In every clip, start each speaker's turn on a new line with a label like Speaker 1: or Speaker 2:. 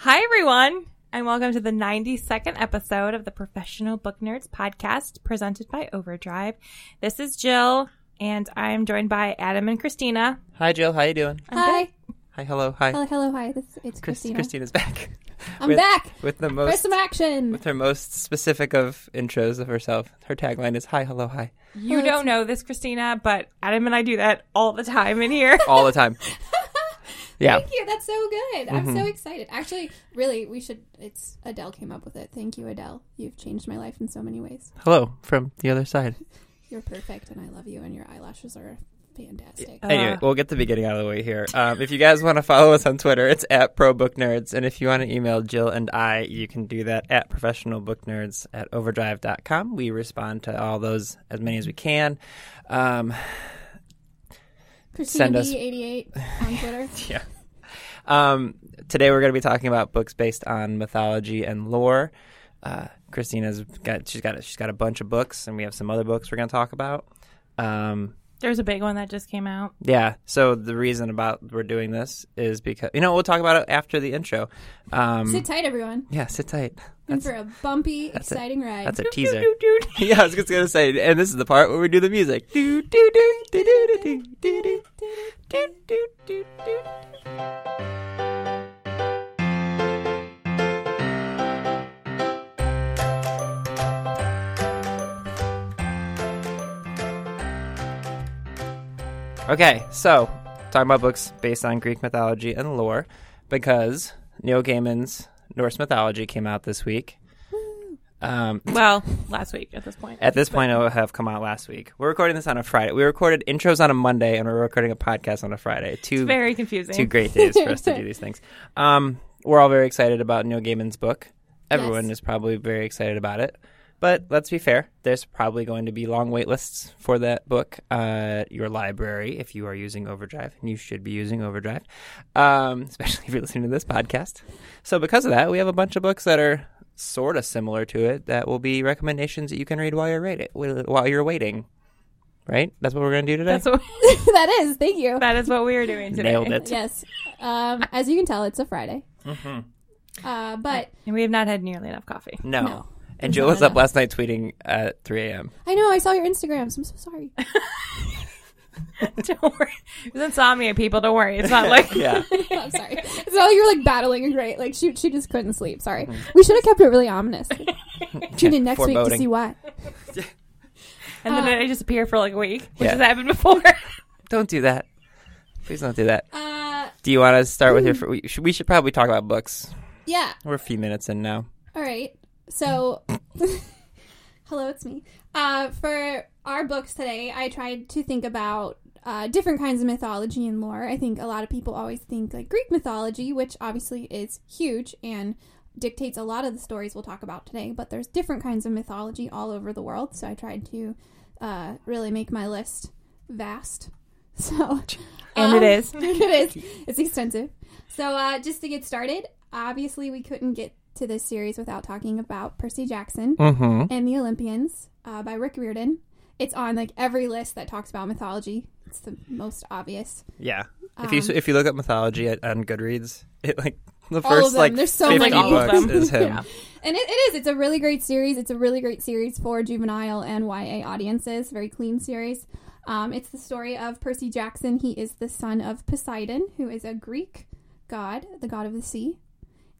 Speaker 1: Hi, everyone, and welcome to the 92nd episode of the Professional Book Nerds podcast presented by Overdrive. This is Jill, and I'm joined by Adam and Christina.
Speaker 2: Hi, Jill. How you doing?
Speaker 1: I'm
Speaker 3: Hi.
Speaker 1: good.
Speaker 2: Hi, hello, hi.
Speaker 3: Hello, hello, hi. This, it's
Speaker 2: Chris-
Speaker 3: Christina.
Speaker 2: Christina's back.
Speaker 3: I'm
Speaker 2: with,
Speaker 3: back.
Speaker 2: with the
Speaker 3: There's
Speaker 2: most
Speaker 3: some action.
Speaker 2: with her most specific of intros of herself. Her tagline is "Hi, hello, hi"
Speaker 3: Oh,
Speaker 1: You don't know this, Christina, but Adam and I do that all the time in here.
Speaker 2: all the time. yeah, Mm-hmm.
Speaker 3: Thank you. That's so good. I'm so excited. Actually, really, we should. It's Adele came up with it. Thank you, Adele. You've changed my life in so many ways.
Speaker 2: hello from the other side.
Speaker 3: You're perfect, and I love you, and your eyelashes are fantastic.
Speaker 2: Anyway, we'll get the beginning out of the way here. Um, if you guys want to follow us on Twitter, it's at ProBookNerds. And if you want to email Jill and I, you can do that at ProfessionalBookNerds at Overdrive.com. We respond to all those, as many as we can. Um,
Speaker 3: Christina
Speaker 2: send us-
Speaker 3: D88 on Twitter.
Speaker 2: yeah. Um, today we're going to be talking about books based on mythology and lore. Uh, Christina's got she's got a, she's got a bunch of books, and we have some other books we're going to talk about. Um,
Speaker 1: There's a big one that just came out.
Speaker 2: yeah. So the reason about we're doing this is because you know we'll talk about it after the intro. Um,
Speaker 3: Sit tight, everyone.
Speaker 2: yeah, sit tight.
Speaker 3: In
Speaker 2: That's,
Speaker 3: for a bumpy,
Speaker 2: it.
Speaker 3: exciting ride.
Speaker 2: that's a teaser.
Speaker 1: Doot, doot, doot.
Speaker 2: yeah, I was just gonna say, and this is the part where we do the music. Do do do do do do do do do do do do. Okay, so talking about books based on Greek mythology and lore, because Neil Gaiman's Norse mythology came out this week. Um,
Speaker 1: Well, last week at this point.
Speaker 2: at this point, it will have come out last week. We're recording this on a Friday. We recorded intros on a Monday, and we're recording a podcast on a Friday. Two
Speaker 1: Very confusing.
Speaker 2: two great days for us to do these things. Um, we're all very excited about Neil Gaiman's book. Everyone
Speaker 3: Yes.
Speaker 2: is probably very excited about it. But let's be fair. There's probably going to be long wait lists for that book uh, at your library if you are using Overdrive, and you should be using Overdrive, um, especially if you're listening to this podcast. So because of that, we have a bunch of books that are sort of similar to it that will be recommendations that you can read while you're read while you're waiting. Right? That's what we're going to do today.
Speaker 1: That's what,
Speaker 3: that is. Thank you.
Speaker 1: that is what we were doing today.
Speaker 2: Nailed it.
Speaker 3: Yes. Um, as you can tell, it's a Friday.
Speaker 2: Mm-hmm.
Speaker 3: Uh, but
Speaker 1: And we have not had nearly enough coffee.
Speaker 2: No.
Speaker 3: No.
Speaker 2: And Jill
Speaker 3: No,
Speaker 2: was
Speaker 3: no,
Speaker 2: up
Speaker 3: no.
Speaker 2: last night tweeting at 3 a.m.
Speaker 3: I know I saw your Instagrams. I'm so sorry.
Speaker 1: Don't worry. It was insomnia, people. Don't worry. It's not like
Speaker 2: Yeah.
Speaker 3: I'm sorry. It's not like you're like battling a great. Like she, she just couldn't sleep. Sorry. We should have kept it really ominous. Tune in next week to
Speaker 2: Foreboding.
Speaker 3: see why.
Speaker 1: And then I disappear for like a week, which
Speaker 2: Yeah.
Speaker 1: has happened before.
Speaker 2: Don't do that. Please don't do that.
Speaker 3: Uh,
Speaker 2: Do you want to start with your.
Speaker 3: Mm.
Speaker 2: fir- We should, we should probably talk about books.
Speaker 3: yeah.
Speaker 2: We're a few minutes in now.
Speaker 3: All right. So, hello, it's me. Uh, for our books today, I tried to think about uh, different kinds of mythology and lore. I think a lot of people always think like Greek mythology, which obviously is huge and dictates a lot of the stories we'll talk about today, but there's different kinds of mythology all over the world. So, I tried to uh, really make my list vast. So, um,
Speaker 1: And it is.
Speaker 3: it is. It's expensive. So, uh, just to get started, obviously, we couldn't get to this series without talking about Percy Jackson
Speaker 2: Mm-hmm.
Speaker 3: and the Olympians uh, by Rick Riordan. It's on like every list that talks about mythology. It's the most obvious.
Speaker 2: Yeah. If you if you look up mythology at, on Goodreads, it like the
Speaker 3: Um. All of
Speaker 2: first
Speaker 3: them.
Speaker 2: like
Speaker 3: There's so
Speaker 2: 50
Speaker 3: many.
Speaker 1: All of
Speaker 2: books
Speaker 1: them.
Speaker 2: is him.
Speaker 1: Yeah.
Speaker 3: And it, it is. It's a really great series. It's a really great series for juvenile and YA audiences. Very clean series. Um, it's the story of Percy Jackson. He is the son of Poseidon, who is a Greek god, the god of the sea.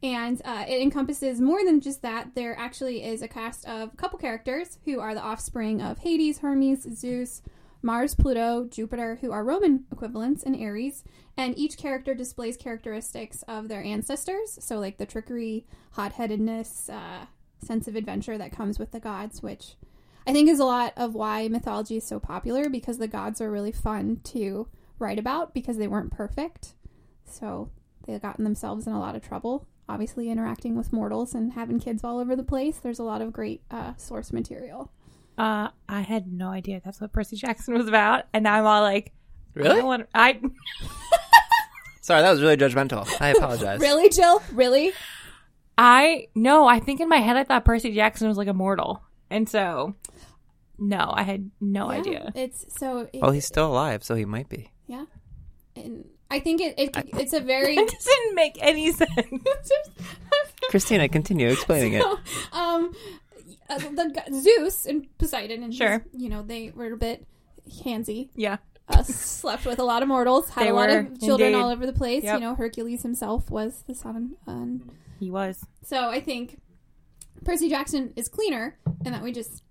Speaker 3: And uh, it encompasses more than just that. There actually is a cast of a couple characters who are the offspring of Hades, Hermes, Zeus, Mars, Pluto, Jupiter, who are Roman equivalents, and Ares. And each character displays characteristics of their ancestors. So, like the trickery, hot headedness, uh, sense of adventure that comes with the gods, which I think is a lot of why mythology is so popular because the gods are really fun to write about because they weren't perfect. So, They've gotten themselves in a lot of trouble, obviously interacting with mortals and having kids all over the place. There's a lot of great uh, source material.
Speaker 1: Uh, I had no idea that's what Percy Jackson was about, and now I'm all like, I don't want. I
Speaker 2: Sorry, that was really judgmental. I apologize.
Speaker 3: Really, Jill? Really?
Speaker 1: I no. I think in my head I thought Percy Jackson was like immortal, and so no, I had no
Speaker 3: Yeah,
Speaker 1: idea.
Speaker 3: It's so. It,
Speaker 2: Well, he's still alive, so he might be.
Speaker 3: yeah. And I think it, it it's a very.
Speaker 1: It didn't make any sense.
Speaker 2: Christina, continue explaining it.
Speaker 3: um, uh, the g- Zeus and Poseidon and
Speaker 1: Sure.
Speaker 3: you know they were a bit handsy.
Speaker 1: yeah.
Speaker 3: Uh, slept with a lot of mortals, had
Speaker 1: They
Speaker 3: a lot
Speaker 1: were,
Speaker 3: of children
Speaker 1: indeed.
Speaker 3: all over the place.
Speaker 1: Yep.
Speaker 3: You know, Hercules himself was the son. And
Speaker 1: He was.
Speaker 3: so I think Percy Jackson is cleaner, and that we just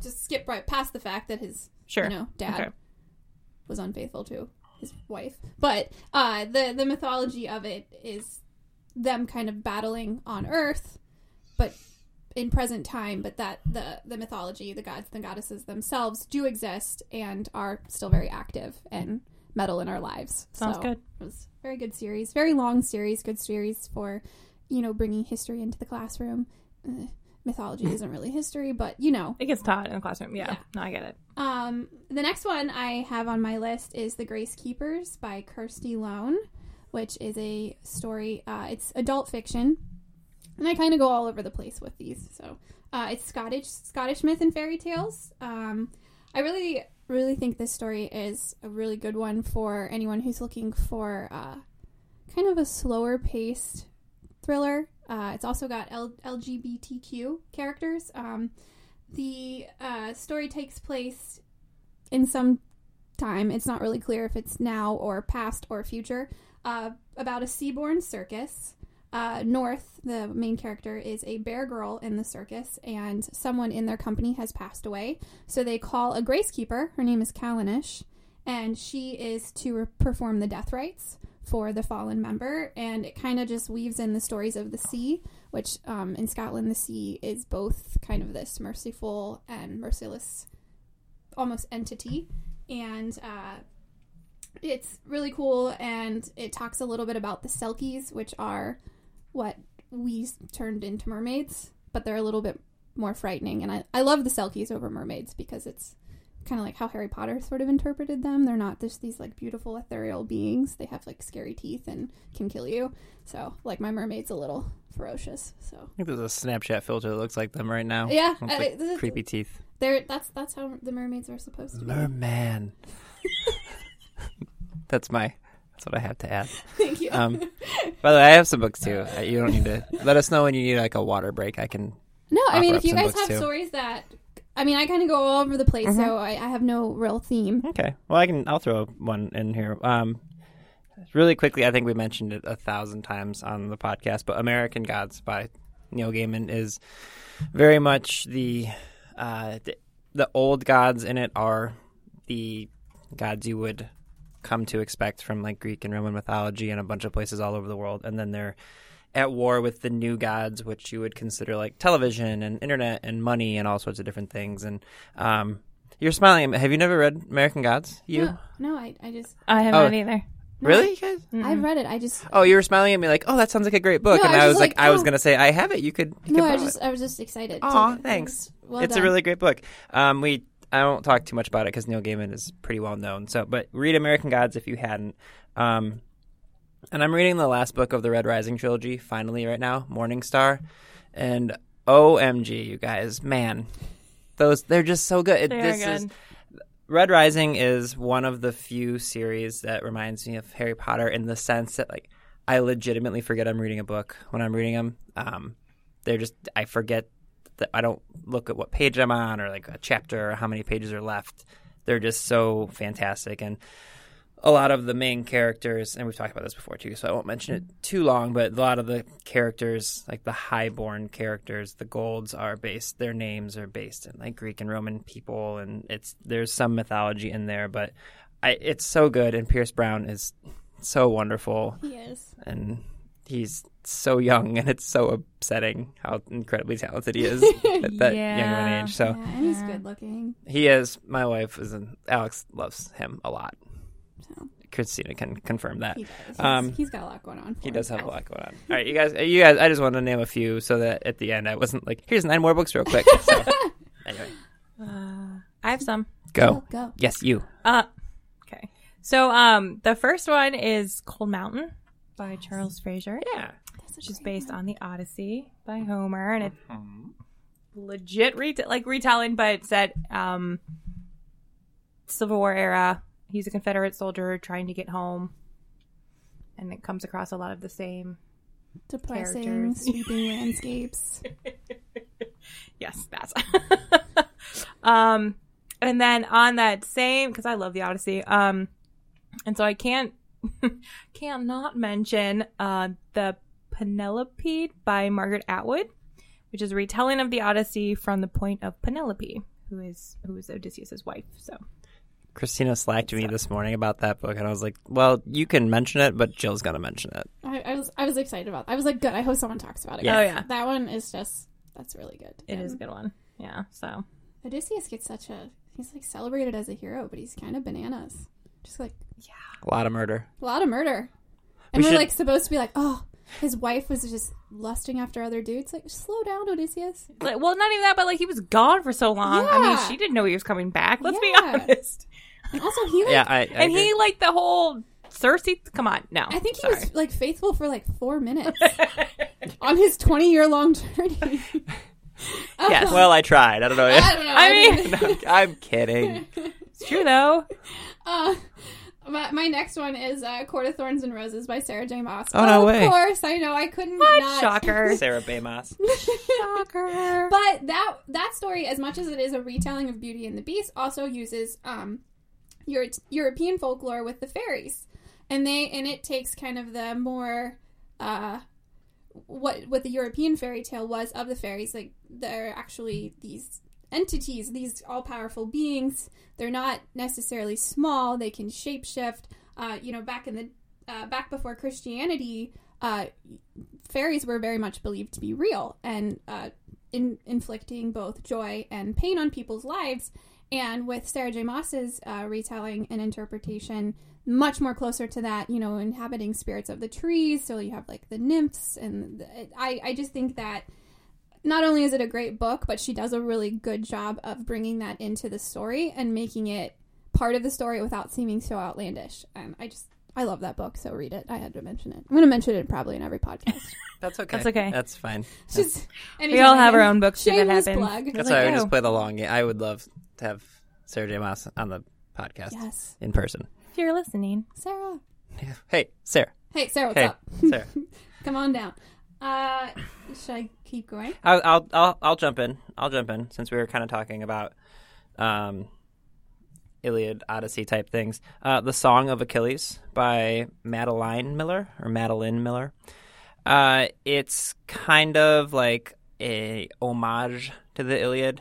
Speaker 3: just skip right past the fact that his
Speaker 1: Sure.
Speaker 3: you know dad
Speaker 1: Okay.
Speaker 3: was unfaithful to his wife. But uh, the the mythology of it is them kind of battling on Earth, but in present time. But that the the mythology, the gods and goddesses themselves do exist and are still very active and metal in our lives.
Speaker 1: Sounds
Speaker 3: So
Speaker 1: good.
Speaker 3: It was a very good series, very long series, good series for you know bringing history into the classroom. Eh, mythology isn't really history, but you know
Speaker 1: It gets taught in the classroom. Yeah.
Speaker 3: Yeah.
Speaker 1: No, I get it.
Speaker 3: um, the next one I have on my list is The Grace Keepers by Kirsty Loan, which is a story. Uh, it's adult fiction, and I kind of go all over the place with these. So uh, it's Scottish Scottish myth and fairy tales. Um, I really, really think this story is a really good one for anyone who's looking for uh, kind of a slower paced thriller. Uh, it's also got L- LGBTQ characters. Um, the uh, story takes place in some time. It's not really clear if it's now or past or future. Uh, about a seaborne circus. Uh, North, the main character, is a bear girl in the circus, and someone in their company has passed away. So they call a gracekeeper. Her name is Kalanish, and she is to re- perform the death rites for the fallen member. And it kind of just weaves in the stories of the sea, which um, in Scotland, the sea is both kind of this merciful and merciless almost entity. And uh, it's really cool. And it talks a little bit about the Selkies, which are what we s- turned into mermaids, but they're a little bit more frightening. And I, I love the Selkies over mermaids because it's kind of like how Harry Potter sort of interpreted them. They're not just these like beautiful ethereal beings, they have like scary teeth and can kill you. So, like, my mermaid's a little ferocious. So,
Speaker 2: Maybe there's a Snapchat filter that looks like them right now.
Speaker 3: Yeah,
Speaker 2: Looks
Speaker 3: uh,
Speaker 2: like
Speaker 3: this is-
Speaker 2: creepy teeth.
Speaker 3: they're, that's that's how the mermaids are supposed to be.
Speaker 2: Merman. that's my. That's what I have to add.
Speaker 3: Thank you.
Speaker 2: Um, by the way, I have some books too. Uh, You don't need to let us know when you need like a water break. I can.
Speaker 3: No, I
Speaker 2: offer
Speaker 3: mean, if
Speaker 2: up
Speaker 3: you
Speaker 2: some
Speaker 3: guys
Speaker 2: books,
Speaker 3: have
Speaker 2: too.
Speaker 3: stories that, I mean, I kind of go all over the place, so I, I have no real theme.
Speaker 2: Okay. Well, I can. I'll throw one in here. Um, really quickly, I think we mentioned it a thousand times on the podcast, but American Gods by Neil Gaiman is very much the uh, the, the old gods in it are the gods you would come to expect from like Greek and Roman mythology and a bunch of places all over the world, and then they're at war with the new gods, which you would consider like television and internet and money and all sorts of different things. And um, you're smiling. Have you never read American Gods? You
Speaker 3: No, no, I, I just,
Speaker 1: I haven't
Speaker 2: Oh.
Speaker 1: either.
Speaker 2: really? You guys?
Speaker 3: I read it. I just,
Speaker 2: Oh, you were smiling at me like, oh, that sounds like a great book,
Speaker 3: No,
Speaker 2: and
Speaker 3: I was
Speaker 2: I was,
Speaker 3: just
Speaker 2: like,
Speaker 3: like,
Speaker 2: I was
Speaker 3: oh.
Speaker 2: gonna say, I have it. You could. You
Speaker 3: no,
Speaker 2: could
Speaker 3: I was
Speaker 2: borrow
Speaker 3: just,
Speaker 2: it.
Speaker 3: I was just excited. to-
Speaker 2: Aw, thanks.
Speaker 3: Well
Speaker 2: it's
Speaker 3: done.
Speaker 2: a really great book. Um, we I won't talk too much about it because Neil Gaiman is pretty well known. So, but read American Gods if you hadn't. Um, and I'm reading the last book of the Red Rising trilogy finally right now, Morning Star, and OMG, you guys, man, those they're just so good. It-
Speaker 1: They are
Speaker 2: this is
Speaker 1: good.
Speaker 2: Red Rising is one of the few series that reminds me of Harry Potter in the sense that like I legitimately forget I'm reading a book when I'm reading them. Um, they're just I forget that I don't look at what page I'm on or like a chapter or how many pages are left. They're just so fantastic and a lot of the main characters and we've talked about this before too so i won't mention it too long but a lot of the characters like the highborn characters the golds are based their names are based in like greek and roman people and it's there's some mythology in there but I, it's so good and pierce brown is so wonderful
Speaker 3: He is.
Speaker 2: and he's so young and it's so upsetting how incredibly talented he is at that young of
Speaker 1: Yeah.
Speaker 2: an age so
Speaker 3: yeah, and he's good looking.
Speaker 2: he is my wife is an, alex loves him a lot
Speaker 3: So
Speaker 2: Christina can confirm that.
Speaker 3: He does. He's-
Speaker 2: Um,
Speaker 3: he's got a lot going on. for
Speaker 2: He does have a
Speaker 3: himself.
Speaker 2: lot going on. All right, you guys, you guys. I just wanted to name a few so that at the end I wasn't like, here's nine more books real quick. So, anyway,
Speaker 1: Uh, I have some.
Speaker 2: go.
Speaker 3: Oh, Go.
Speaker 2: Yes, you.
Speaker 1: Uh, okay. So um, the first one is Cold Mountain by Charles Fraser.
Speaker 2: Yeah.
Speaker 1: which is based on the Odyssey by Homer, and it's legit reta- like retelling, but set um, Civil War era. He's a Confederate soldier trying to get home, and it comes across a lot of the same.
Speaker 3: Depressing,
Speaker 1: Characters.
Speaker 3: sweeping landscapes.
Speaker 1: Yes, that's. um, and then on that same, because I love the Odyssey, um, and so I can't can't not mention uh, the Penelope by Margaret Atwood. which is a retelling of the Odyssey from the point of Penelope, who is who is Odysseus's wife. So
Speaker 2: Christina slacked me this morning about that book, and I was like, well, you can mention it, but Jill's gonna mention it.
Speaker 3: I, I was I was excited about. That. I was like, good. I hope someone talks about it.
Speaker 1: Yeah. Oh, yeah.
Speaker 3: that one is just that's really good.
Speaker 1: it is a good one. Yeah. So
Speaker 3: Odysseus gets such a he's like celebrated as a hero, but he's kind of bananas. Just like
Speaker 2: A lot of murder.
Speaker 3: a lot of murder,
Speaker 2: We
Speaker 3: and we are
Speaker 2: should-
Speaker 3: like supposed to be like, oh, his wife was just lusting after other dudes. Like, slow down, Odysseus.
Speaker 1: like, well, not even that, but like he was gone for so long. I mean,
Speaker 3: Yeah.
Speaker 1: she didn't know he was coming back. Let's
Speaker 3: Yeah.
Speaker 1: be honest.
Speaker 3: And also, he like,
Speaker 2: Yeah, I. I
Speaker 1: and
Speaker 2: agree.
Speaker 1: he like the whole Circe. Come on, no.
Speaker 3: I think he
Speaker 1: Sorry.
Speaker 3: was like faithful for like four minutes on his twenty year long journey.
Speaker 1: Yes.
Speaker 2: Well, I tried. I don't know.
Speaker 3: I don't know.
Speaker 1: I mean-
Speaker 2: I'm kidding.
Speaker 1: it's true though.
Speaker 3: Uh, my, my next one is uh, Court of Thorns and Roses by Sarah J. Maas.
Speaker 2: Oh, no
Speaker 3: of
Speaker 2: way.
Speaker 3: course, I know I couldn't not.
Speaker 1: Shocker.
Speaker 2: Sarah Bamas.
Speaker 1: Shocker.
Speaker 3: But that that story, as much as it is a retelling of Beauty and the Beast, also uses um, Euro- European folklore with the fairies, and they and it takes kind of the more uh, what what the European fairy tale was of the fairies. Like they're actually these entities, these all powerful beings. They're not necessarily small. They can shapeshift. Uh, you know, back in the uh, back before Christianity, uh, fairies were very much believed to be real and uh, in inflicting both joy and pain on people's lives. And with Sarah J. Moss's uh, retelling and interpretation, much more closer to that, you know, inhabiting spirits of the trees. So you have like the nymphs, and the, I, I just think that not only is it a great book, but she does a really good job of bringing that into the story and making it part of the story without seeming so outlandish. And I just, I love that book, so read it. I had to mention it. I'm going to mention it probably in every podcast.
Speaker 2: That's okay.
Speaker 1: That's okay.
Speaker 2: That's fine.
Speaker 3: It's just,
Speaker 1: We all have our own books. too, That
Speaker 3: Shameless
Speaker 1: happens.
Speaker 3: plug.
Speaker 1: It's
Speaker 3: That's
Speaker 2: That's
Speaker 1: like,
Speaker 2: why I would
Speaker 1: oh.
Speaker 2: just play the long game. I would love to have Sarah J. Moss on the podcast
Speaker 3: Yes,
Speaker 2: in person.
Speaker 1: If you're listening,
Speaker 3: Sarah.
Speaker 2: Hey, Sarah.
Speaker 3: Hey, Sarah, what's
Speaker 2: hey,
Speaker 3: up?
Speaker 2: Sarah.
Speaker 3: Come on down. Uh, should I keep going?
Speaker 2: I'll, I'll I'll I'll jump in. I'll jump in since we were kind of talking about um, Iliad Odyssey type things. Uh, the Song of Achilles by Madeline Miller or Madeline Miller. Uh, it's kind of like a homage to the Iliad,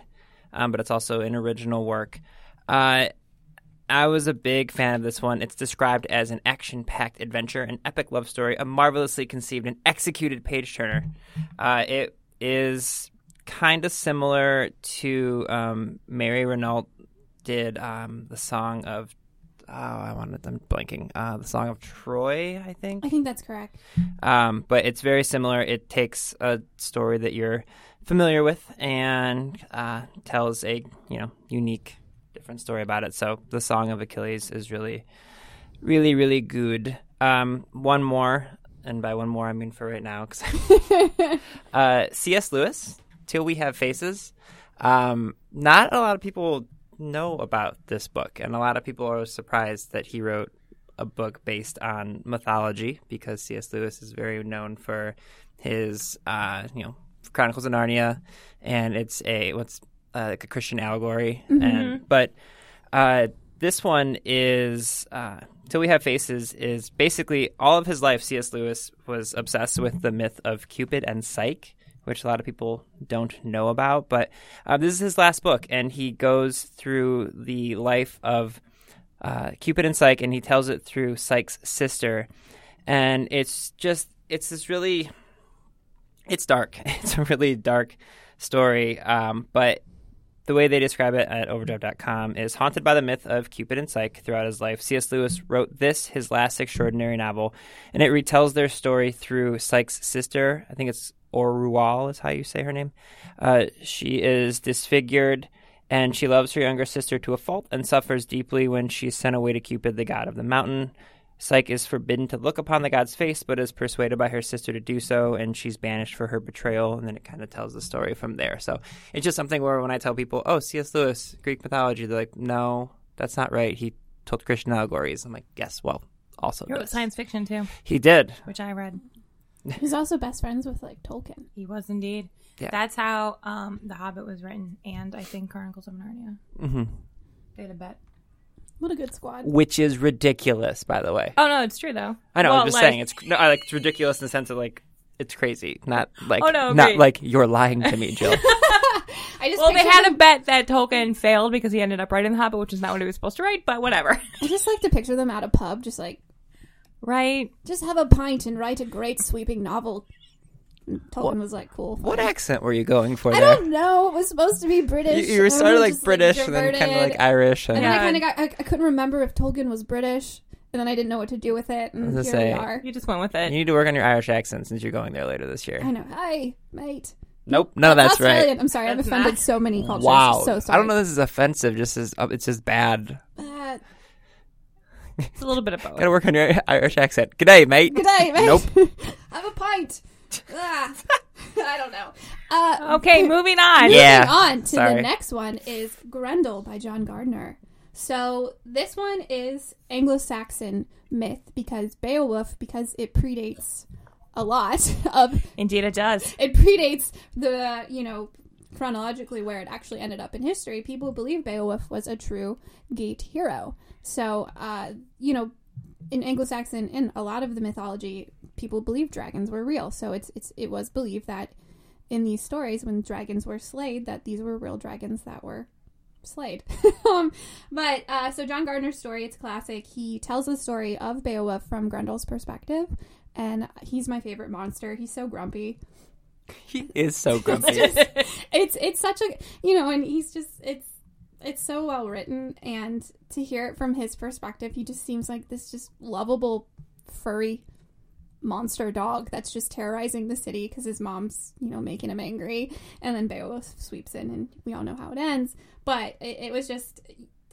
Speaker 2: um, but it's also an original work. Uh, I was a big fan of this one. It's described as an action packed adventure, an epic love story, a marvelously conceived and executed page turner. Uh, it is kind of similar to um, Mary Renault did um, the song of. Oh, I wanted. I'm blanking. Uh, the song of Troy, I think
Speaker 3: I think that's correct.
Speaker 2: um, but it's very similar. It takes a story that you're familiar with and uh, tells a you know unique, different story about it. So the Song of Achilles is really, really, really good. Um, one more, and by one more I mean for right now, 'cause uh, C.S. Lewis, Till We Have Faces. Um, not a lot of people know about this book, and a lot of people are surprised that he wrote a book based on mythology because C.S. Lewis is very known for his, uh, you know, Chronicles of Narnia, and it's a what's uh, like a Christian allegory, and but uh, this one is uh, Till We Have Faces is basically all of his life. C.S. Lewis was obsessed with the myth of Cupid and Psyche, which a lot of people don't know about. But uh, this is his last book, and he goes through the life of uh, Cupid and Psyche, and he tells it through Psyche's sister. And it's just, it's this really it's dark. It's a really dark story, um, but The way they describe it at overdrive.com is haunted by the myth of Cupid and Psyche throughout his life. C.S. Lewis wrote this, his last extraordinary novel, and it retells their story through Psyche's sister. I think it's Orual, is how you say her name. Uh, she is disfigured and she loves her younger sister to a fault and suffers deeply when she's sent away to Cupid, the god of the mountain. Psyche is forbidden to look upon the god's face, but is persuaded by her sister to do so, and she's banished for her betrayal. And then it kind of tells the story from there. So it's just something where when I tell people, oh, C.S. Lewis, Greek mythology, they're like, no, that's not right. He told Christian allegories. I'm like, yes, well, also.
Speaker 1: He wrote
Speaker 2: this."
Speaker 1: science fiction too,
Speaker 2: He did.
Speaker 1: which I read.
Speaker 3: He's also best friends with like Tolkien.
Speaker 1: He was indeed.
Speaker 2: Yeah.
Speaker 1: That's how um, The Hobbit was written, and I think Chronicles of Narnia.
Speaker 2: hmm
Speaker 1: They had a bet.
Speaker 3: What a good squad.
Speaker 2: Which is ridiculous, by the way.
Speaker 1: Oh no, it's true though.
Speaker 2: I know.
Speaker 1: Well,
Speaker 2: I'm just
Speaker 1: like-
Speaker 2: saying it's no, I like it's ridiculous in the sense of like it's crazy, not like
Speaker 1: Oh, no,
Speaker 2: not
Speaker 1: agreed.
Speaker 2: like you're lying to me, Jill.
Speaker 3: I just
Speaker 1: Well, they
Speaker 3: picture
Speaker 1: had
Speaker 3: them-
Speaker 1: a bet that Tolkien failed because he ended up writing The Hobbit, which is not what he was supposed to write, but whatever.
Speaker 3: I just like to picture them at a pub, just like
Speaker 1: Right?
Speaker 3: just have a pint and write a great sweeping novel. And Tolkien was like, "Cool."
Speaker 2: what
Speaker 3: fine.
Speaker 2: accent were you going for
Speaker 3: I
Speaker 2: there?
Speaker 3: don't know. It was supposed to be British.
Speaker 2: You, you were
Speaker 3: and
Speaker 2: sort
Speaker 3: we
Speaker 2: of like
Speaker 3: just,
Speaker 2: British and then
Speaker 3: diverted.
Speaker 2: kind of like Irish. And
Speaker 3: And then
Speaker 1: Yeah.
Speaker 3: I kind of got. I, I couldn't remember if Tolkien was British, and then I didn't know what to do with it. And
Speaker 2: I
Speaker 3: here
Speaker 2: was gonna
Speaker 3: we
Speaker 2: say-
Speaker 3: are.
Speaker 1: You just went with
Speaker 2: you
Speaker 1: it.
Speaker 2: need to work on your Irish accent since you're going there later this year.
Speaker 3: I know. Hi, mate.
Speaker 2: Nope, none of that's
Speaker 3: Australian.
Speaker 2: right.
Speaker 3: I'm sorry. I've
Speaker 1: That's
Speaker 3: offended
Speaker 1: not-
Speaker 3: so many cultures.
Speaker 2: Wow,
Speaker 3: So sorry.
Speaker 2: I don't know. if This is offensive. Just as uh, it's just bad.
Speaker 3: Uh,
Speaker 1: It's a little bit of both.
Speaker 2: Gotta work on your Irish accent. G'day, mate.
Speaker 3: good day, mate.
Speaker 2: Nope.
Speaker 3: have a pint. Ah, I don't know. Uh,
Speaker 1: Okay, moving on.
Speaker 2: Oh. Yeah.
Speaker 3: Moving on to
Speaker 2: Sorry.
Speaker 3: the next one is Grendel by John Gardner. So this one is Anglo-Saxon myth because Beowulf because it predates a lot of
Speaker 1: Indeed, it does.
Speaker 3: it predates the you know chronologically where it actually ended up in history people believe beowulf was a true gate hero so uh, you know in anglo-saxon and a lot of the mythology people believe dragons were real so it's, it's it was believed that in these stories when dragons were slayed that these were real dragons that were Slade. um, but uh, so John Gardner's story, it's classic. He tells the story of Beowulf from Grendel's perspective, and he's my favorite monster. He's so grumpy.
Speaker 2: He is so grumpy.
Speaker 3: It's it's such a you know, and he's just it's it's so well written, and to hear it from his perspective, he just seems like this just lovable furry monster dog that's just terrorizing the city because his mom's you know making him angry and then beowulf sweeps in and we all know how it ends but it, it was just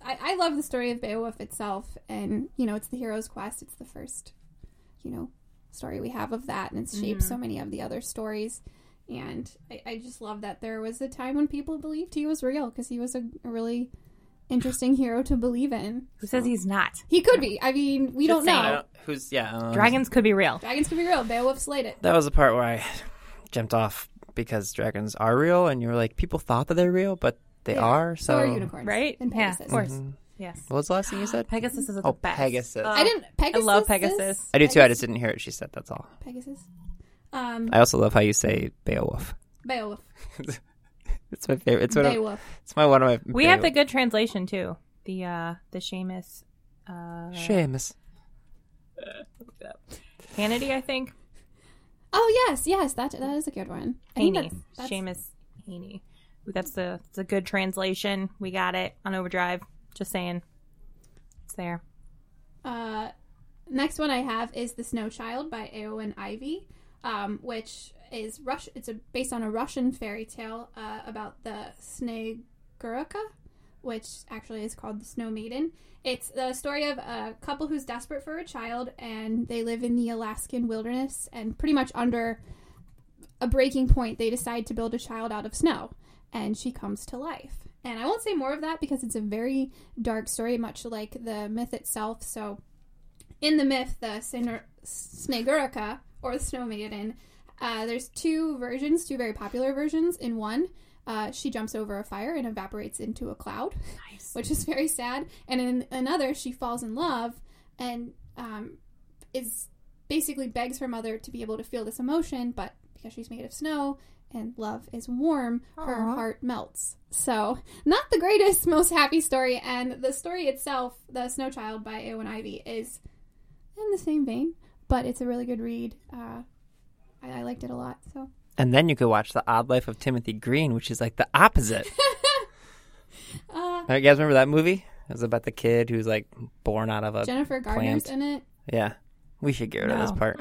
Speaker 3: I, I love the story of beowulf itself and you know it's the hero's quest it's the first you know story we have of that and it's shaped so many of the other stories and I, I just love that there was a time when people believed he was real because he was a, a really interesting hero to believe in
Speaker 1: Who says he's not?
Speaker 3: he could be i mean we don't know
Speaker 2: who's yeah. I don't know.
Speaker 1: Dragons could be real.
Speaker 3: dragons can be real beowulf slayed it
Speaker 2: That was the part where I jumped off because dragons are real, and you were like, people thought that they're real, but they
Speaker 3: Yeah.
Speaker 2: are. So,
Speaker 3: are unicorns,
Speaker 1: Right?
Speaker 3: And
Speaker 1: yeah,
Speaker 3: Pegasus.
Speaker 1: of course. Yes.
Speaker 2: what was the last thing you said?
Speaker 1: Pegasus is the
Speaker 2: Mm-hmm. Oh,
Speaker 1: best. Uh,
Speaker 2: Pegasus.
Speaker 3: I didn't. Pegasus.
Speaker 1: I love
Speaker 3: is-
Speaker 1: Pegasus.
Speaker 2: I do too. I just didn't hear it. She said that's all.
Speaker 3: Pegasus. Um,
Speaker 2: I also love how you say Beowulf.
Speaker 3: Beowulf.
Speaker 2: It's my favorite. It's, one of,
Speaker 3: Beowulf.
Speaker 2: it's my one of my.
Speaker 1: We have the good translation too. The uh the Seamus uh
Speaker 2: Seamus.
Speaker 1: Hannity, I think.
Speaker 3: Oh yes, yes. That that is a good one. I think
Speaker 1: Haney.
Speaker 3: that's-
Speaker 1: Seamus Haney. That's the it's a good translation. We got it on overdrive. Just saying. It's there.
Speaker 3: Uh, next one I have is The Snow Child by Eowyn Ivy, um, which is Rush. It's a, based on a Russian fairy tale uh, about the Snegurka, which actually is called The Snow Maiden. It's the story of a couple who's desperate for a child, and they live in the Alaskan wilderness, and pretty much under a breaking point, they decide to build a child out of snow, and she comes to life. And I won't say more of that because it's a very dark story, much like the myth itself. So, in the myth, the Sne- Snegurka or the Snow Maiden, uh, there's two versions, two very popular versions. In one, uh, she jumps over a fire and evaporates into a cloud, which is very sad. And in another, she falls in love and um, is basically begs her mother to be able to feel this emotion, but because she's made of snow and love is warm, her heart melts. So, not the greatest, most happy story. And the story itself, The Snow Child by Eowyn Ivy, is in the same vein, but it's a really good read. Uh, I, I liked it a lot. So,
Speaker 2: And then you could watch The Odd Life of Timothy Green, which is like the opposite.
Speaker 3: Yeah.
Speaker 2: You guys remember that movie? It was about the kid who's like born out of a
Speaker 3: Jennifer Gardner's
Speaker 2: plant.
Speaker 3: in it.
Speaker 2: Yeah, we should get rid of
Speaker 1: No.
Speaker 2: this part.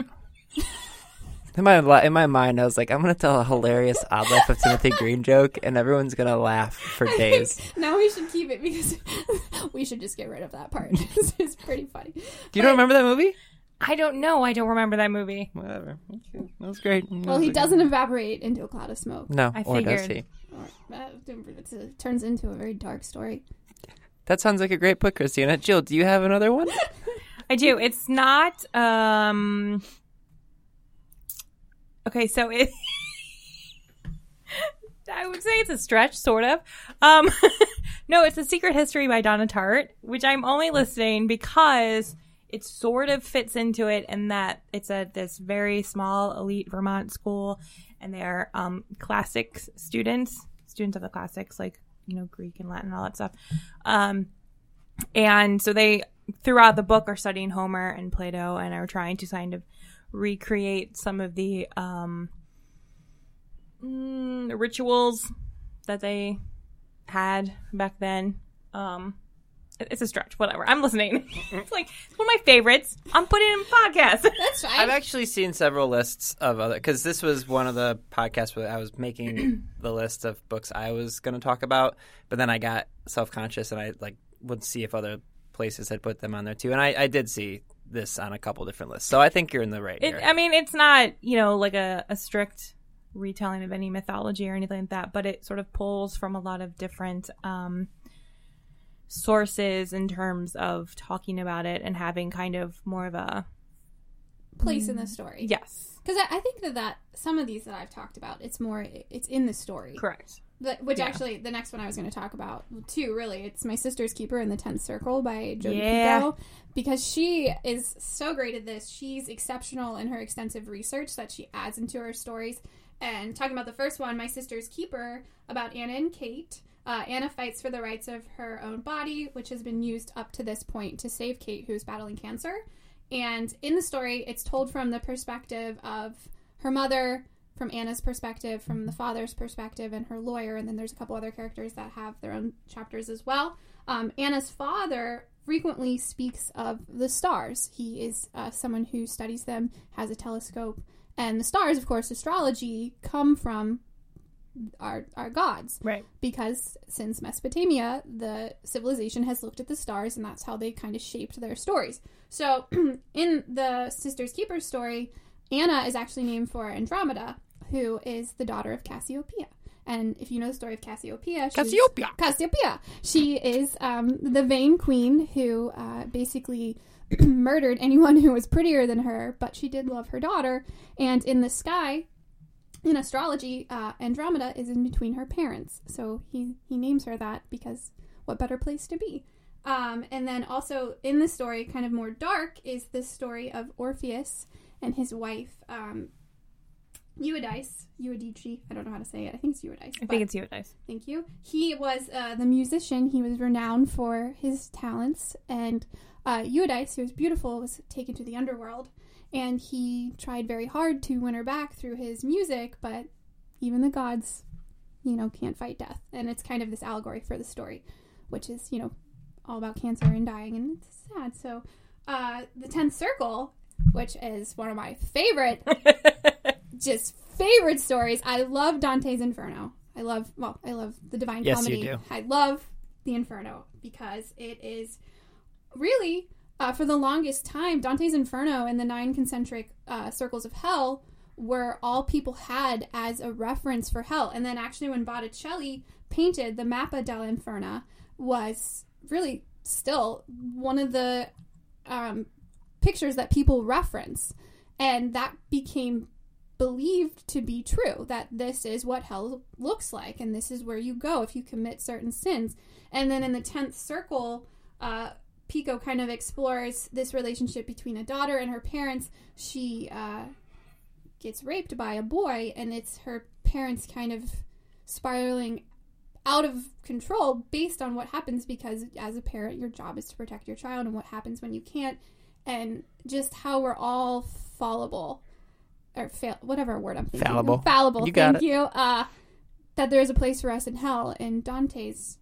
Speaker 2: in my li- in my mind, I was like, I'm gonna tell a hilarious odd life of Timothy Green joke, and everyone's gonna laugh for days.
Speaker 3: Now we should keep it because we should just get rid of that part. this is pretty funny.
Speaker 2: Do you don't remember that movie?
Speaker 1: I don't know. I don't remember that movie.
Speaker 2: Whatever. That was great.
Speaker 3: Well, he doesn't evaporate into a cloud of smoke.
Speaker 2: No,
Speaker 1: I
Speaker 2: or does
Speaker 1: figured.
Speaker 2: he?
Speaker 3: Or, uh, it's a- it turns into a very dark story.
Speaker 2: That sounds like a great book, Christina. Jill, do you have another one?
Speaker 1: I do. It's not. um Okay, so it. I would say it's a stretch, sort of. Um No, it's the Secret History by Donna Tartt, which I'm only listing because it sort of fits into it in that it's a this very small elite Vermont school, and they are um, classics students, students of the classics, like you know Greek and Latin and all that stuff. Um, and so they throughout the book are studying Homer and Plato and are trying to kind of recreate some of the um, mm, rituals that they had back then. Um, it- it's a stretch, whatever. I'm listening. it's like it's one of my favorites. I'm putting it in podcast.
Speaker 3: That's
Speaker 2: I've
Speaker 3: fine.
Speaker 2: actually seen several lists of other because this was one of the podcasts where I was making the list of books I was going to talk about, but then I got self conscious and I like would see if other places had put them on there too, and I, I did see this on a couple different lists. So I think you're in the right.
Speaker 1: It,
Speaker 2: area.
Speaker 1: I mean, it's not you know like a, a strict retelling of any mythology or anything like that, but it sort of pulls from a lot of different um, sources in terms of talking about it and having kind of more of a
Speaker 3: Place in the story.
Speaker 1: yes,
Speaker 3: Because I, I think that, that some of these that I've talked about, it's more, it's in the story.
Speaker 1: correct.
Speaker 3: But- which
Speaker 1: Yeah.
Speaker 3: actually, the next one I was going to talk about too, really, it's My Sister's Keeper in the Tenth Circle by Jodi
Speaker 1: Yeah.
Speaker 3: Picoult. Because she is so great at this. She's exceptional in her extensive research that she adds into her stories. And talking about the first one, My Sister's Keeper, about Anna and Kate. Uh, Anna fights for the rights of her own body, which has been used up to this point to save Kate, who's battling cancer. And in the story, it's told from the perspective of her mother, from Anna's perspective, from the father's perspective, and her lawyer. And then there's a couple other characters that have their own chapters as well. Um, Anna's father frequently speaks of the stars. He is uh, someone who studies them, has a telescope. And the stars, of course, astrology, come from our, our gods
Speaker 1: Right.
Speaker 3: because since Mesopotamia, the civilization has looked at the stars, and that's how they kind of shaped their stories. So, in the Sisters Keeper story, Anna is actually named for Andromeda, who is the daughter of Cassiopeia. And if you know the story of Cassiopeia, she's-
Speaker 2: Cassiopeia.
Speaker 3: Cassiopeia. She is um, the vain queen who uh, basically murdered anyone who was prettier than her, but she did love her daughter. And in the sky, in astrology, uh, Andromeda is in between her parents, so he he names her that because what better place to be? Um, and then also in the story, kind of more dark, is this story of Orpheus and his wife um, Eurydice, Eurydice. I don't know how to say it. I think it's Eurydice.
Speaker 1: I
Speaker 3: but-
Speaker 1: think it's you guys.
Speaker 3: Thank you. He was uh, the musician. He was renowned for his talents. And uh, Eurydice, who was beautiful, was taken to the underworld. And he tried very hard to win her back through his music, but even the gods, you know, can't fight death. And it's kind of this allegory for the story, which is, you know, all about cancer and dying, and it's sad. So, uh, the 10th circle, which is one of my favorite just favorite stories. I love Dante's Inferno. I love well, I love the Divine
Speaker 2: Yes,
Speaker 3: Comedy.
Speaker 2: you do.
Speaker 3: I love the Inferno because it is really uh, for the longest time Dante's Inferno and the nine concentric uh, circles of hell were all people had as a reference for hell. And then actually, when Botticelli painted the Mappa dell'Inferno, was really still one of the um, pictures that people reference. And that became believed to be true that this is what hell looks like and this is where you go if you commit certain sins. And then in the 10th circle, uh, Pico kind of explores this relationship between a daughter and her parents. She uh, gets raped by a boy, and it's her parents kind of spiraling out of control based on what happens because as a parent your job is to protect your child and what happens when you can't and just how we're all fallible or fail whatever word i'm thinking
Speaker 2: Fallible.
Speaker 3: fallible
Speaker 2: You got
Speaker 3: thank you uh that there is a place for us in hell and dante's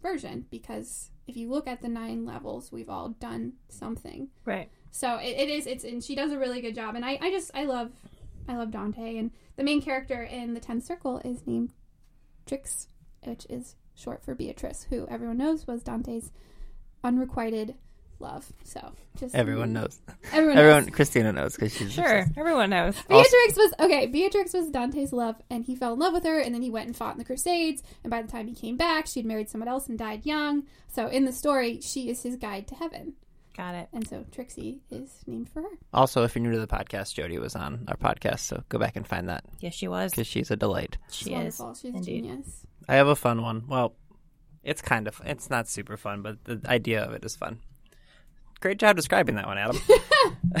Speaker 3: version because if you look at the nine levels, we've all done something.
Speaker 1: Right.
Speaker 3: So it, it is. It's and she does a really good job. And I, I just I love I love Dante and the main character in the tenth circle is named Trix, which is short for Beatrice, who everyone knows was Dante's unrequited love. So just
Speaker 2: Everyone knows.
Speaker 3: Everyone. knows.
Speaker 2: Everyone, Christina knows because she's
Speaker 1: mm, Sure. Everyone knows.
Speaker 2: Also-
Speaker 3: Beatrix was okay. Beatrix was Dante's love, and he fell in love with her. And then he went and fought in the Crusades. And by the time he came back, she'd married someone else and died young. So in the story, she is his guide to heaven,
Speaker 1: Got it.
Speaker 3: and so Trixie is named for her.
Speaker 2: Also, if you're new to the podcast, Jody was on our podcast, so go back and find that
Speaker 1: Yes, she was.
Speaker 2: because she's a delight.
Speaker 1: She is.
Speaker 3: wonderful. She's
Speaker 1: Indeed.
Speaker 3: genius.
Speaker 2: I have a fun one. Well, it's kind of it's not super fun, but the idea of it is fun. Great job describing that one, Adam.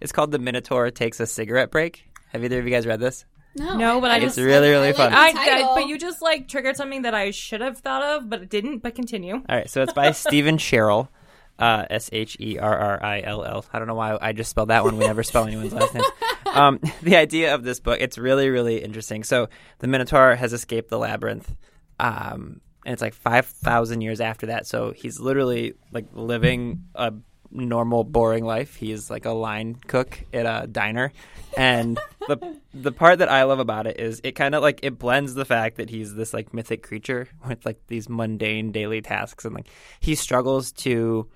Speaker 2: it's called "The Minotaur Takes a Cigarette Break." Have either of you guys read this?
Speaker 3: No,
Speaker 1: No, but I
Speaker 2: It's
Speaker 1: just-
Speaker 2: really, really fun.
Speaker 1: I,
Speaker 3: like the
Speaker 1: I,
Speaker 3: title.
Speaker 1: but you just like triggered something that I should have thought of, but it didn't. But continue.
Speaker 2: All right, so it's by Stephen Sherrill, uh, S H E R R I L L. I don't know why I just spelled that one. We never spell anyone's last name. Um, the idea of this book, it's really, really interesting. So the Minotaur has escaped the labyrinth, um, and it's like five thousand years after that. So he's literally like living a normal, boring life. He's like a line cook at a diner, and the the part that I love about it is it kind of like it blends the fact that he's this like mythic creature with like these mundane daily tasks, and like he struggles to,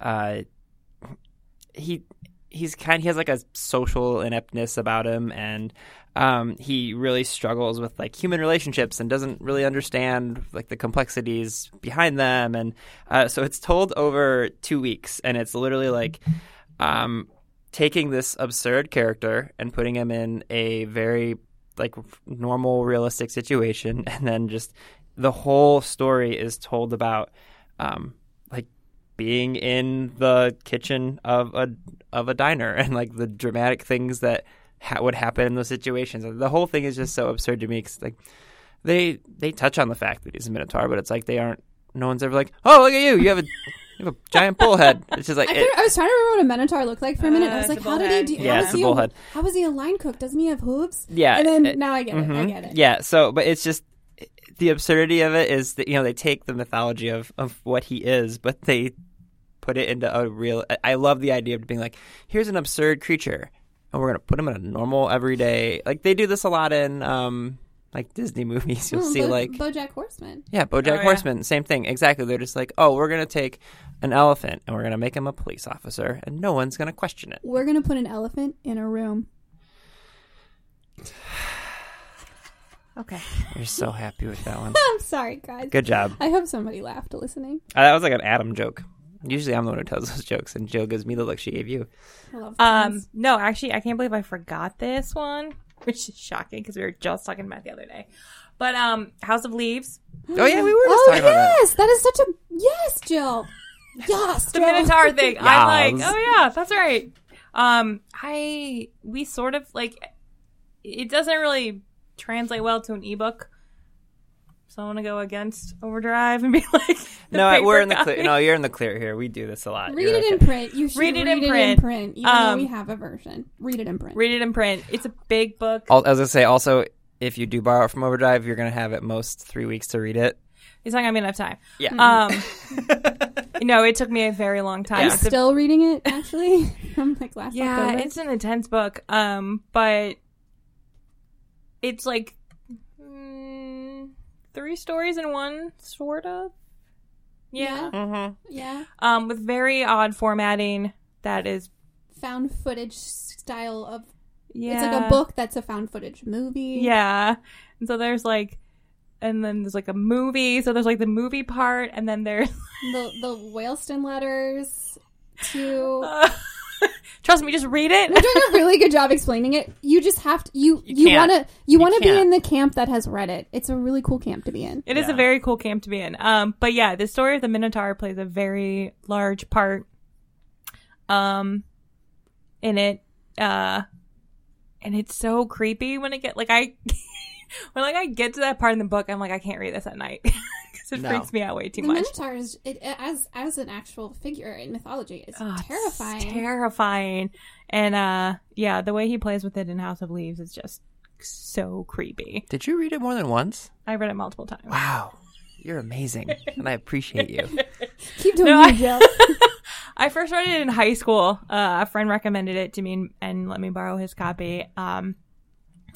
Speaker 2: uh, he he's kind he has like a social ineptness about him and um, he really struggles with like human relationships and doesn't really understand like the complexities behind them and uh, so it's told over two weeks and it's literally like um, taking this absurd character and putting him in a very like normal realistic situation and then just the whole story is told about um, like being in the kitchen of a of a diner and like the dramatic things that ha- would happen in those situations. The whole thing is just so absurd to me. 'cause, like they they touch on the fact that he's a minotaur, but it's like they aren't. No one's ever like, oh look at you, you have a you have a giant bull head. It's just like
Speaker 3: I,
Speaker 2: it-
Speaker 3: couldn't- I was trying to remember what a minotaur looked like for a minute. and
Speaker 1: Uh,
Speaker 3: I was
Speaker 1: it's
Speaker 3: like,
Speaker 1: a
Speaker 3: how did
Speaker 1: bullhead.
Speaker 3: he do?
Speaker 2: Yeah,
Speaker 3: how
Speaker 2: it's
Speaker 3: is
Speaker 2: a
Speaker 3: he
Speaker 2: bullhead.
Speaker 3: How is he a line cook? Doesn't he have hooves?
Speaker 2: Yeah,
Speaker 3: And then
Speaker 2: it-
Speaker 3: now I get it. I
Speaker 1: mm-hmm.
Speaker 2: Mhm.
Speaker 3: get it.
Speaker 2: Yeah. So, but it's just the absurdity of it is that you know they take the mythology of of what he is, but they put it into a real. I- I love the idea of being like, here's an absurd creature, and we're gonna put him in a normal everyday. Like they do this a lot in um like Disney movies. You'll
Speaker 3: Oh,
Speaker 2: see
Speaker 3: Bo-
Speaker 2: like
Speaker 3: BoJack Horseman.
Speaker 2: yeah, BoJack
Speaker 1: Oh, yeah.
Speaker 2: Horseman, same thing. Exactly. They're just like, oh, we're gonna take an elephant and we're gonna make him a police officer, and no one's gonna question it.
Speaker 3: We're gonna put an elephant in a room.
Speaker 1: Okay.
Speaker 2: You're so happy with that one.
Speaker 3: I'm sorry, guys.
Speaker 2: Good job.
Speaker 3: I hope somebody laughed listening.
Speaker 2: Uh, that was like an Adam joke. Usually I'm the one who tells those jokes, and Jill gives me the look she gave you.
Speaker 3: I love
Speaker 1: Um.
Speaker 3: puns.
Speaker 1: No, actually, I can't believe I forgot this one, which is shocking because we were just talking about it the other day. But um, House of Leaves,
Speaker 2: Oh yeah, we were just
Speaker 3: Oh
Speaker 2: talking about
Speaker 3: yes, that is such a yes, Jill. Yes,
Speaker 1: the
Speaker 3: Jill.
Speaker 1: Minotaur thing. I'm
Speaker 2: Yes.
Speaker 1: like, oh yeah, that's right. Um, I we sort of like it doesn't really translate well to an ebook. So I want to go against Overdrive and be like, the
Speaker 2: that. No,
Speaker 1: paper
Speaker 2: we're in the
Speaker 1: copy.
Speaker 2: clear. No, you're in the clear here. We do this a lot.
Speaker 3: Read
Speaker 2: You're
Speaker 3: it in
Speaker 2: okay.
Speaker 3: print. You should read it, in, print. Even though
Speaker 1: Um,
Speaker 3: we have a version, read it in print.
Speaker 1: Read it in print. It's a big book.
Speaker 2: Al- I was gonna say also, if you do borrow it from Overdrive, you're gonna have at most three weeks to read it.
Speaker 1: It's not gonna be enough time.
Speaker 2: Yeah.
Speaker 1: Um, no, it took me a very long time.
Speaker 3: I'm
Speaker 1: It's a-
Speaker 3: still reading it actually. from like last
Speaker 1: yeah,
Speaker 3: October.
Speaker 1: it's an intense book. Um, but it's like mm, three stories in one, sort of. Yeah.
Speaker 2: Mm-hmm.
Speaker 3: yeah.
Speaker 1: Um, with very odd formatting. That is.
Speaker 3: Found footage style of
Speaker 1: Yeah.
Speaker 3: it's like a book that's a found footage movie.
Speaker 1: Yeah. And so there's like, and then there's like a movie. So there's like the movie part, and then there's.
Speaker 3: The the Whaleston letters to
Speaker 1: trust me, just read it.
Speaker 3: You're doing a really good job explaining it. You just have to you
Speaker 2: You
Speaker 3: you,
Speaker 2: can't.
Speaker 3: want to you
Speaker 2: You
Speaker 3: want to be
Speaker 2: can't.
Speaker 3: in the camp that has read it. It's a really cool camp to be in.
Speaker 1: It is
Speaker 2: Yeah.
Speaker 1: a very cool camp to be in. Um, but yeah, the story of the Minotaur plays a very large part, um, in it. Uh, and it's so creepy when it get like I, when like I get to that part in the book, I'm like I can't read this at night because it
Speaker 2: No.
Speaker 1: freaks me out way too
Speaker 3: The
Speaker 1: much.
Speaker 3: Minotaur is it, as as an actual figure in mythology is
Speaker 1: Oh, it's
Speaker 3: terrifying.
Speaker 1: terrifying, and uh, yeah, the way he plays with it in House of Leaves is just so creepy.
Speaker 2: Did you read it more than once?
Speaker 1: I read it multiple times.
Speaker 2: Wow. You're amazing, and I appreciate you.
Speaker 3: Keep doing
Speaker 1: No,
Speaker 3: you,
Speaker 1: I-
Speaker 3: Jill.
Speaker 1: I first read it in high school. Uh, a friend recommended it to me and, and let me borrow his copy. Um,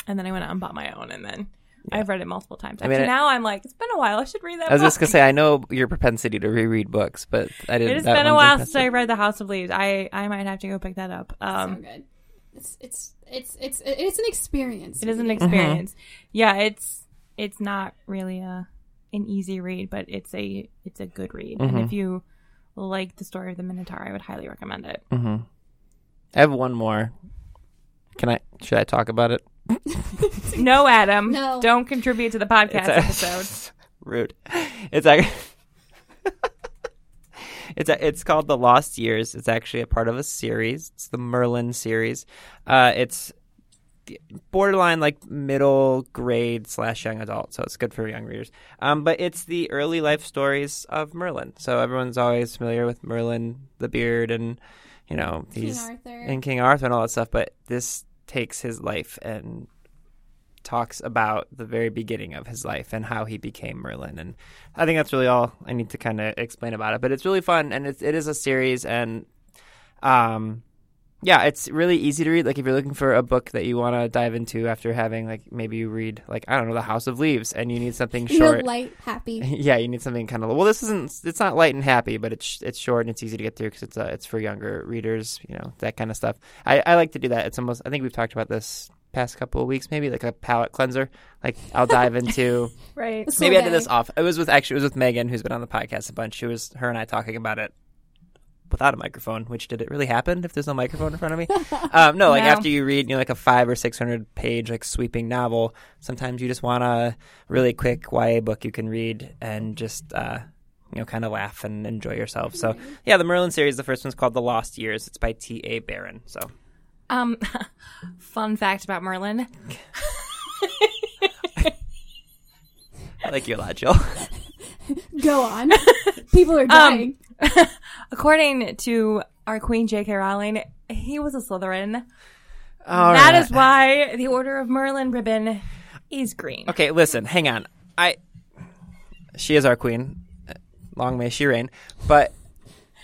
Speaker 1: and then I went out and bought my own, and then I've read it multiple times.
Speaker 2: I mean,
Speaker 1: Actually,
Speaker 2: it-
Speaker 1: now I'm like, it's been a while. I should read that.
Speaker 2: I was just
Speaker 1: book.
Speaker 2: gonna say, I know your propensity to reread books, but I didn't.
Speaker 1: it has
Speaker 2: that
Speaker 1: been a
Speaker 2: one's
Speaker 1: while
Speaker 2: impressive.
Speaker 1: since I read The House of Leaves. I I might have to go pick that up.
Speaker 3: so
Speaker 1: Um,
Speaker 3: good. It's it's it's it's it's an experience.
Speaker 1: it is an
Speaker 2: Mm-hmm.
Speaker 1: experience. Yeah, it's it's not really a an easy read, but it's a it's a good read. And
Speaker 2: Mm-hmm.
Speaker 1: if you like the story of the Minotaur, I would highly recommend it.
Speaker 2: Mm-hmm. I have one more. Can I? Should I talk about it?
Speaker 1: No, Adam,
Speaker 3: No.
Speaker 1: don't contribute to the podcast
Speaker 2: It's a-
Speaker 1: episode.
Speaker 2: Rude. It's ac it's a, it's called the Lost Years. It's actually a part of a series. It's the Merlin series. Uh, it's borderline like middle grade slash young adult, so it's good for young readers. Um, but it's the early life stories of Merlin. So everyone's always familiar with Merlin the Beard and you know
Speaker 3: King
Speaker 2: he's
Speaker 3: Arthur.
Speaker 2: and King Arthur and all that stuff, but this takes his life and talks about the very beginning of his life and how he became Merlin. And I think that's really all I need to kind of explain about it. But it's really fun, and it's, it is a series, and um, yeah, it's really easy to read. Like if you're looking for a book that you want to dive into after having like maybe you read like I don't know The House of Leaves, and you need something
Speaker 3: You're
Speaker 2: short.
Speaker 3: light, happy.
Speaker 2: yeah, you need something kind of well. This isn't. It's not light and happy, but it's it's short and it's easy to get through because it's uh, it's for younger readers. You know that kind of stuff. I, I like to do that. It's almost. I think we've talked about this past couple of weeks, maybe like a palate cleanser. Like I'll dive into.
Speaker 1: Right.
Speaker 3: Sorbet.
Speaker 2: maybe I did this off. It was with actually it was with Megan, who's been on the podcast a bunch. She was her and I talking about it without a microphone. Which did it really happen? If there's no microphone in front of me, um, no. Like
Speaker 1: No.
Speaker 2: after you read, you know, like a five or six hundred page like sweeping novel, sometimes you just want a really quick YA book you can read and just. Uh, you know, kind of laugh and enjoy yourself. So,
Speaker 1: Mm-hmm.
Speaker 2: yeah, the Merlin series, the first one's called The Lost Years. It's by T.A. Barron. So,
Speaker 1: Um, fun fact about Merlin.
Speaker 2: I like you a lot, Jill.
Speaker 3: Go on. People
Speaker 1: Um,
Speaker 3: are dying.
Speaker 1: According to our queen J.K. Rowling, he was a Slytherin. That is why the Order of Merlin ribbon is green.
Speaker 2: Okay, listen, hang on. I she is our queen. Long may she reign. But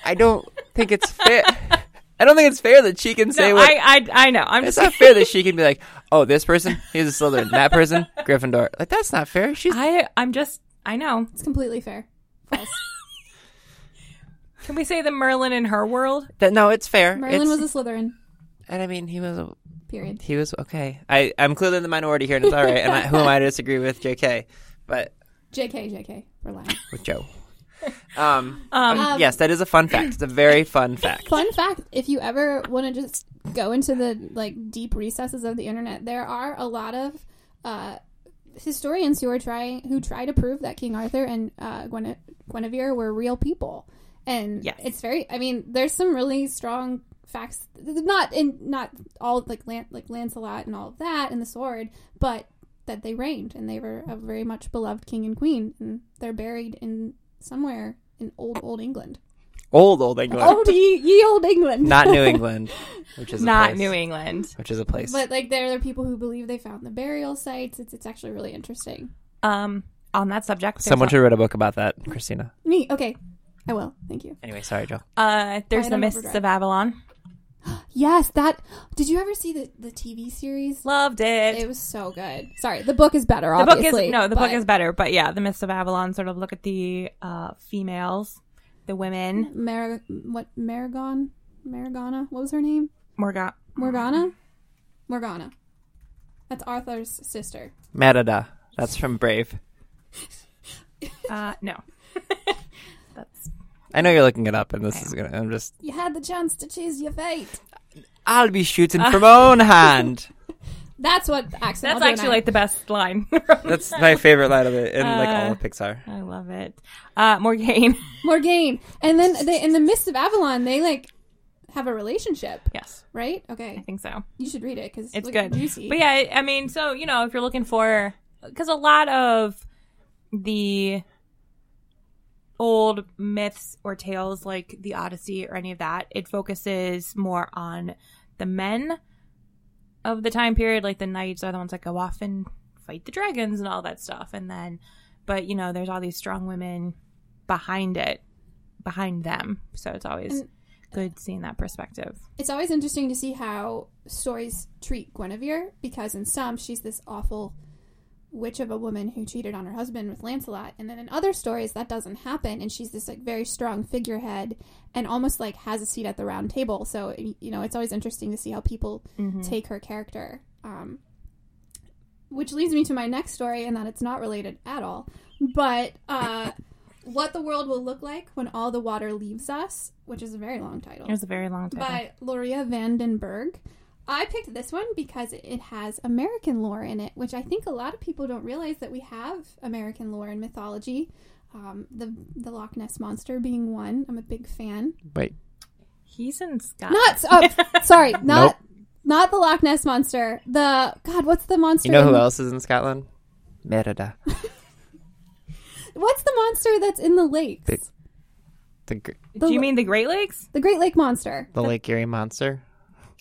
Speaker 2: I don't think it's fair. I don't think it's fair that she can say
Speaker 1: No,
Speaker 2: what.
Speaker 1: I, I I know. I'm
Speaker 2: it's
Speaker 1: just
Speaker 2: not fair that she can be like, oh, this person, he's a Slytherin. That person, Gryffindor. Like that's not fair. She's
Speaker 1: I I'm just I know.
Speaker 3: It's completely fair. False.
Speaker 1: Can we say the Merlin in her world?
Speaker 2: that, no, it's fair.
Speaker 3: Merlin
Speaker 2: It's-
Speaker 3: was a Slytherin.
Speaker 2: and I mean, he was a,
Speaker 3: Period.
Speaker 2: he was okay. I I'm clearly in the minority here, and it's all right. And I, who am I to disagree with J.K. But
Speaker 3: Jk. Jk. We're lying.
Speaker 2: with Joe. Um, um, yes, that is a fun fact. It's a very fun fact.
Speaker 3: Fun fact: If you ever want to just go into the like deep recesses of the internet, there are a lot of uh, historians who are trying who try to prove that King Arthur and uh, Gwene- Guinevere were real people, and
Speaker 1: Yes.
Speaker 3: it's very. I mean, there's some really strong facts. Not in not all like Lan- like Lancelot and all of that and the sword, but that they reigned and they were a very much beloved king and queen, and they're buried in somewhere in old old England.
Speaker 2: Old, old England.
Speaker 3: Old ye, ye old England.
Speaker 2: not New England, which is a
Speaker 1: Not
Speaker 2: place,
Speaker 1: New England.
Speaker 2: which is a place.
Speaker 3: But like there are people who believe they found the burial sites. It's it's actually really interesting.
Speaker 1: Um, on that subject, there's
Speaker 2: Someone
Speaker 1: a-
Speaker 2: should have read a book about that, Christina.
Speaker 3: Me, okay. I will. Thank you.
Speaker 2: Anyway, sorry, Joe.
Speaker 1: uh, there's
Speaker 3: Light
Speaker 1: the
Speaker 3: on
Speaker 1: Mists
Speaker 3: Overdrive.
Speaker 1: of Avalon.
Speaker 3: Yes, that did you ever see the, the TV series?
Speaker 1: Loved
Speaker 3: It
Speaker 1: it.
Speaker 3: was so good. Sorry, the book is better,
Speaker 1: the book is
Speaker 3: obviously.
Speaker 1: no, the
Speaker 3: but
Speaker 1: book is better, but yeah, the Mists of Avalon sort of look at the uh females, the women,
Speaker 3: Mar- what Maragon? Maragona? What was her name?
Speaker 1: Morgan.
Speaker 3: Morgana? Morgana. That's Arthur's sister.
Speaker 2: Merida. That's from Brave.
Speaker 1: Uh, no.
Speaker 2: I know you're looking it up, and this is gonna. I'm just.
Speaker 3: You had the chance to choose your fate.
Speaker 2: I'll be shooting from
Speaker 1: Uh,
Speaker 2: own hand.
Speaker 3: That's what accent.
Speaker 1: That's
Speaker 3: I'll do
Speaker 1: actually
Speaker 3: an
Speaker 1: like the best line.
Speaker 2: That's my favorite line of it in like all
Speaker 1: Uh,
Speaker 2: of Pixar.
Speaker 1: I love it. Uh, Morgaine.
Speaker 3: Morgane. And then they in the midst of Avalon, they like have a relationship,
Speaker 1: yes,
Speaker 3: right?
Speaker 1: I
Speaker 3: Okay.
Speaker 1: think so.
Speaker 3: You should read it because
Speaker 1: It's good.
Speaker 3: Juicy.
Speaker 1: But yeah, I- I mean, so, you know, if you're looking for, because a lot of the old myths or tales like the Odyssey or any of that, it focuses more on the men of the time period. Like the knights are the ones that go off and fight the dragons and all that stuff. And then but you know, there's all these strong women behind it, behind them. So it's always
Speaker 3: And-
Speaker 1: good seeing that perspective.
Speaker 3: It's always interesting to see how stories treat Guinevere because in some she's this awful witch of a woman who cheated on her husband with Lancelot and then in other stories that doesn't happen and she's this like very strong figurehead and almost like has a seat at the round table so you know it's always interesting to see how people take her character um, which leads me to my next story and that it's not related at all but uh, what the world will look like when all the water leaves us which is a very long title
Speaker 1: It was a very long time.
Speaker 3: by Loria Vandenberg. I picked this one because it has American lore in it, which I think a lot of people don't realize that we have American lore and mythology. Um, the the Loch Ness monster being one. I'm a big fan.
Speaker 2: Wait,
Speaker 1: He's in Scotland.
Speaker 3: Not oh, sorry, not not the Loch Ness monster. The God, what's the monster?
Speaker 2: you know who
Speaker 3: in-
Speaker 2: else is in Scotland? Merida,
Speaker 3: What's the monster that's in the lakes?
Speaker 2: Big- the gr-
Speaker 1: Do you mean the Great Lakes?
Speaker 3: the Great Lake Monster?
Speaker 2: the Lake Erie monster.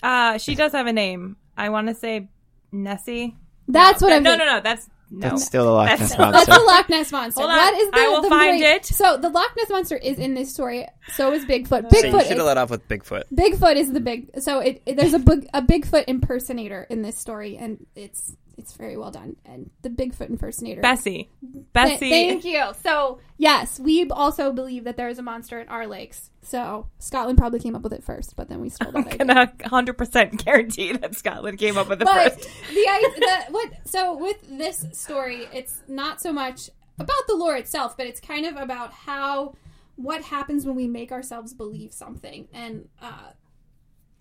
Speaker 1: Uh, she does have a name. I want to say Nessie.
Speaker 3: That's what I'm.
Speaker 1: no,
Speaker 3: thinking.
Speaker 1: no, no. That's no.
Speaker 2: That's still the Loch
Speaker 1: That's-
Speaker 2: Ness
Speaker 3: That's
Speaker 2: monster.
Speaker 3: the Loch Ness monster.
Speaker 1: Hold on.
Speaker 3: That is the,
Speaker 1: I will
Speaker 3: the
Speaker 1: find
Speaker 3: great-
Speaker 1: it.
Speaker 3: So the Loch Ness monster is in this story. So is Bigfoot.
Speaker 2: so you
Speaker 3: Bigfoot.
Speaker 2: should
Speaker 3: is-
Speaker 2: have let off with Bigfoot.
Speaker 3: Bigfoot is the big. So it, it- there's a big, a Bigfoot impersonator in this story, and it's it's very well done. And the Bigfoot impersonator.
Speaker 1: Bessie.
Speaker 3: Th-
Speaker 1: Bessie.
Speaker 3: thank you. So yes, we also believe that there is a monster in our lakes. So Scotland probably came up with it first, but then we stole that idea.
Speaker 1: Can I 100% guarantee that Scotland came up with the
Speaker 3: but
Speaker 1: first.
Speaker 3: the, idea that what so with this story it's not so much about the lore itself but it's kind of about how what happens when we make ourselves believe something and uh,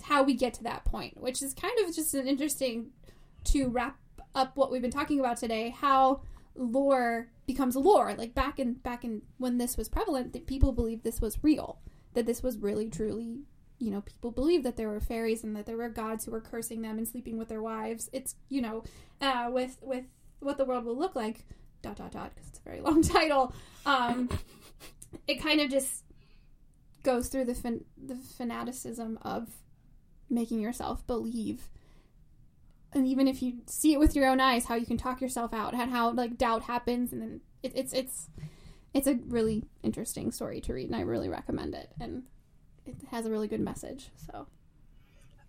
Speaker 3: how we get to that point which is kind of just an interesting to wrap up what we've been talking about today how lore becomes lore like back in back in when this was prevalent that people believed this was real that this was really truly you know people believed that there were fairies and that there were gods who were cursing them and sleeping with their wives it's you know uh, with with what the world will look like dot dot dot because it's a very long title um it kind of just goes through the fan- the fanaticism of making yourself believe and even if you see it with your own eyes how you can talk yourself out and how like doubt happens and then it, it's it's it's a really interesting story to read and i really recommend it and it has a really good message so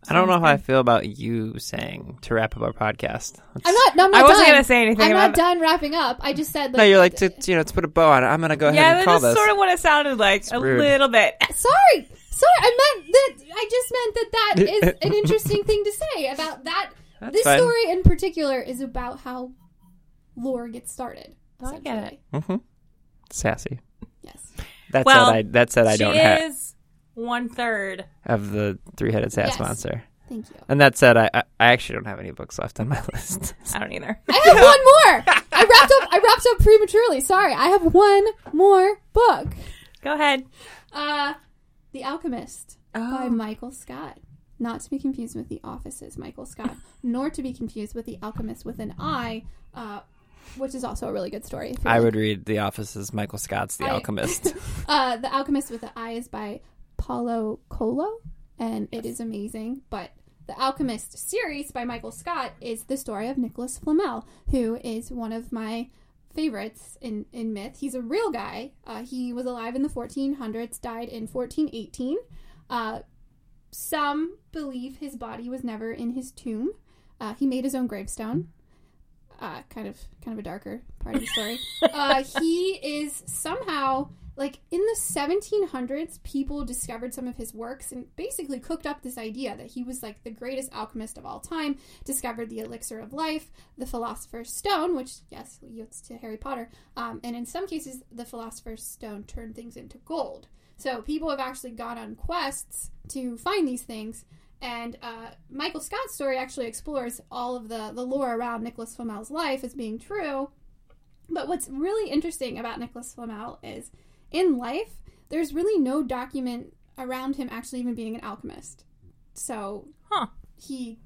Speaker 2: I don't know how I feel about you saying to wrap up our podcast.
Speaker 3: i'm not i'm not
Speaker 1: I wasn't
Speaker 3: done.
Speaker 1: going to say anything
Speaker 3: i'm
Speaker 1: about
Speaker 3: not done wrapping up i just said like,
Speaker 2: No, you're like to you know to put a bow on it. I'm gonna go
Speaker 1: Yeah,
Speaker 2: ahead and
Speaker 1: that's
Speaker 2: call
Speaker 1: just
Speaker 2: this.
Speaker 1: sort of what it sounded like. a
Speaker 2: rude.
Speaker 1: little bit.
Speaker 3: sorry sorry i meant that i just meant that that is an interesting thing to say about that
Speaker 2: That's
Speaker 3: this
Speaker 2: fine.
Speaker 3: story in particular is about how lore gets started
Speaker 1: Oh, I get
Speaker 3: essentially.
Speaker 1: it.
Speaker 2: Sassy.
Speaker 3: yes
Speaker 2: That's
Speaker 1: Well,
Speaker 2: Mm-hmm. that I that said I
Speaker 1: she
Speaker 2: don't have
Speaker 1: is one third.
Speaker 2: of the three headed sass
Speaker 3: Yes.
Speaker 2: monster.
Speaker 3: thank you
Speaker 2: And that said, I, I I actually don't have any books left on my list.
Speaker 1: I don't either.
Speaker 3: I have one more. I wrapped up. I wrapped up prematurely. Sorry. I have one more book.
Speaker 1: Go ahead.
Speaker 3: Uh, The Alchemist by
Speaker 1: Oh.
Speaker 3: Michael Scott. Not to be confused with The Office's Michael Scott, nor to be confused with The Alchemist with an I, uh, which is also a really good story. if you
Speaker 2: I
Speaker 3: like.
Speaker 2: would read The Office's Michael Scott's The
Speaker 3: I-
Speaker 2: Alchemist.
Speaker 3: Uh, the Alchemist with the I is by Paulo Coelho, and it is amazing. But the Alchemist series by Michael Scott is the story of Nicholas Flamel, who is one of my favorites in, in myth. He's a real guy. Uh, he was alive in the 1400s, died in 1418. Uh, some believe his body was never in his tomb. Uh, he made his own gravestone. Uh, kind of, kind of a darker part of the story. uh, he is somehow like in the 1700s, people discovered some of his works and basically cooked up this idea that he was like the greatest alchemist of all time. Discovered the elixir of life, the philosopher's stone, which yes leads to Harry Potter, um, and in some cases, the philosopher's stone turned things into gold. So people have actually gone on quests to find these things. And uh, Michael Scott's story actually explores all of the, the lore around Nicholas Flamel's life as being true. But what's really interesting about Nicholas Flamel is in life, there's really no document around him actually even being an alchemist. So
Speaker 1: Huh.
Speaker 3: he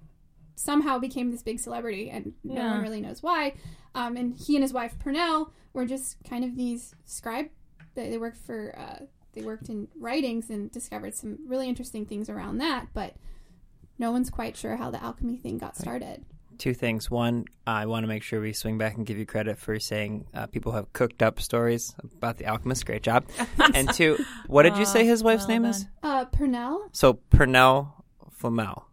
Speaker 3: somehow became this big celebrity, and no
Speaker 1: Yeah.
Speaker 3: one really knows why. Um, and he and his wife Purnell were just kind of these scribe. They, they worked for uh, they worked in writings and discovered some really interesting things around that. But no one's quite sure how the alchemy thing got started.
Speaker 2: two things. One, I want to make sure we swing back and give you credit for saying uh, people have cooked up stories about the alchemist. Great job. and two, what did you say his wife's
Speaker 1: well
Speaker 2: name
Speaker 1: done.
Speaker 2: is?
Speaker 3: Uh, Purnell.
Speaker 2: So Purnell Flamel.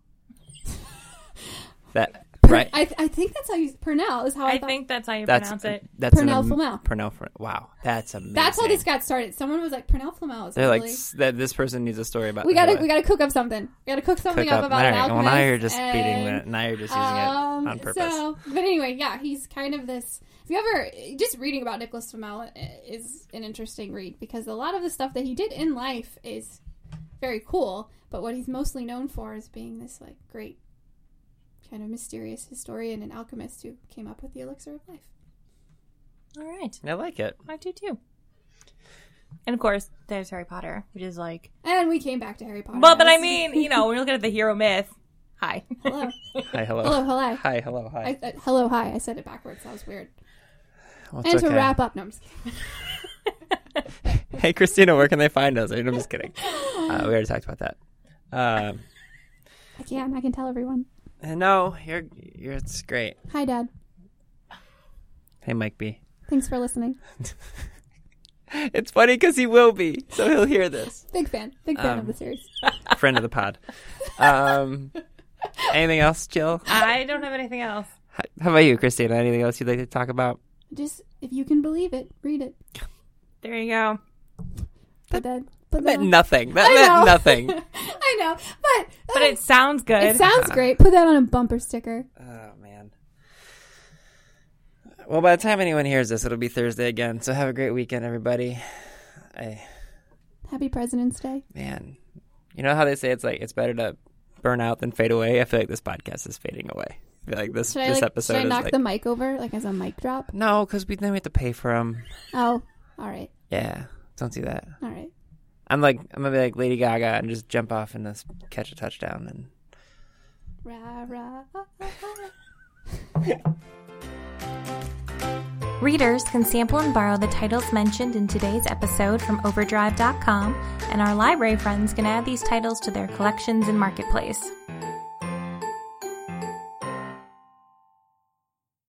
Speaker 2: that right?
Speaker 3: I, I think that's how you Purnell is how I,
Speaker 1: I
Speaker 3: thought.
Speaker 1: think that's how you
Speaker 2: that's
Speaker 1: pronounce it.
Speaker 2: that's an
Speaker 3: Purnell
Speaker 2: am-
Speaker 3: Flamel.
Speaker 2: Purnell Fr- Wow, that's amazing.
Speaker 3: that's how this got started. Someone was like Purnell Flamel is
Speaker 2: They're like
Speaker 3: really-
Speaker 2: "S- that. This person needs a story about.
Speaker 3: we
Speaker 2: their
Speaker 3: gotta
Speaker 2: wife."
Speaker 3: we gotta cook up something. We gotta cook something
Speaker 2: Cook
Speaker 3: up,
Speaker 2: up.
Speaker 3: about
Speaker 2: All
Speaker 3: an
Speaker 2: right, Well,
Speaker 3: alchemist.
Speaker 2: now you're just beating
Speaker 3: and-
Speaker 2: that. Now you're just using
Speaker 3: Um,
Speaker 2: it on purpose.
Speaker 3: So, but anyway, yeah, he's kind of this. If you ever just reading about Nicholas Flamel uh, is an interesting read because a lot of the stuff that he did in life is very cool, but what he's mostly known for is being this like great, kind of mysterious historian and alchemist who came up with the elixir of life.
Speaker 1: All right.
Speaker 2: I like it.
Speaker 1: I do too. And of course, there's Harry Potter, which is like.
Speaker 3: And we came back to Harry Potter.
Speaker 1: Well, but I
Speaker 3: That's-
Speaker 1: mean, you know, when you look at the hero myth, hi.
Speaker 3: hello,
Speaker 2: Hi, hello.
Speaker 3: hello, hello. Hi.
Speaker 2: Hi, hello, hi.
Speaker 3: I, I, hello, hi. I said it backwards. That was weird.
Speaker 2: Well, it's
Speaker 3: And to
Speaker 2: okay.
Speaker 3: wrap up, no, I'm just kidding.
Speaker 2: Hey, Christina, where can they find us? I'm just kidding. Uh, we already talked about that. Um,
Speaker 3: I can. I can tell everyone.
Speaker 2: and no, you're, you're. It's great.
Speaker 3: Hi, Dad.
Speaker 2: Hey, Mike B.
Speaker 3: Thanks for listening.
Speaker 2: It's funny because he will be, so he'll hear this.
Speaker 3: Big fan. Big fan
Speaker 2: Um,
Speaker 3: of the series.
Speaker 2: Friend of the pod. Um, anything else, Jill?
Speaker 1: I don't have anything else.
Speaker 2: How how about you, Christina? Anything else you'd like to talk about?
Speaker 3: Just if you can believe it, read it.
Speaker 1: There you go.
Speaker 3: But then, but
Speaker 2: That meant
Speaker 3: then,
Speaker 2: nothing. That
Speaker 3: I know.
Speaker 2: meant nothing.
Speaker 3: I know, but uh,
Speaker 1: But it sounds good.
Speaker 3: it sounds great. Put that on a bumper sticker.
Speaker 2: Oh man. Well, by the time anyone hears this, it'll be Thursday again. So have a great weekend, everybody. I
Speaker 3: Happy President's Day.
Speaker 2: man, you know how they say it's like it's better to burn out than fade away. I feel like this podcast is fading away. I feel like this
Speaker 3: Should I
Speaker 2: this
Speaker 3: like?
Speaker 2: episode
Speaker 3: should I
Speaker 2: is
Speaker 3: knock
Speaker 2: like
Speaker 3: the mic over like as a mic drop?
Speaker 2: no, because we then we have to pay for them.
Speaker 3: Oh, all right,
Speaker 2: Yeah, don't do that.
Speaker 3: all right.
Speaker 2: I'm like I'm gonna be like Lady Gaga and just jump off and just catch a touchdown and.
Speaker 3: Rah, rah, ah, ah, ah.
Speaker 1: Readers can sample and borrow the titles mentioned in today's episode from Overdrive.com, and our library friends can add these titles to their collections and marketplace.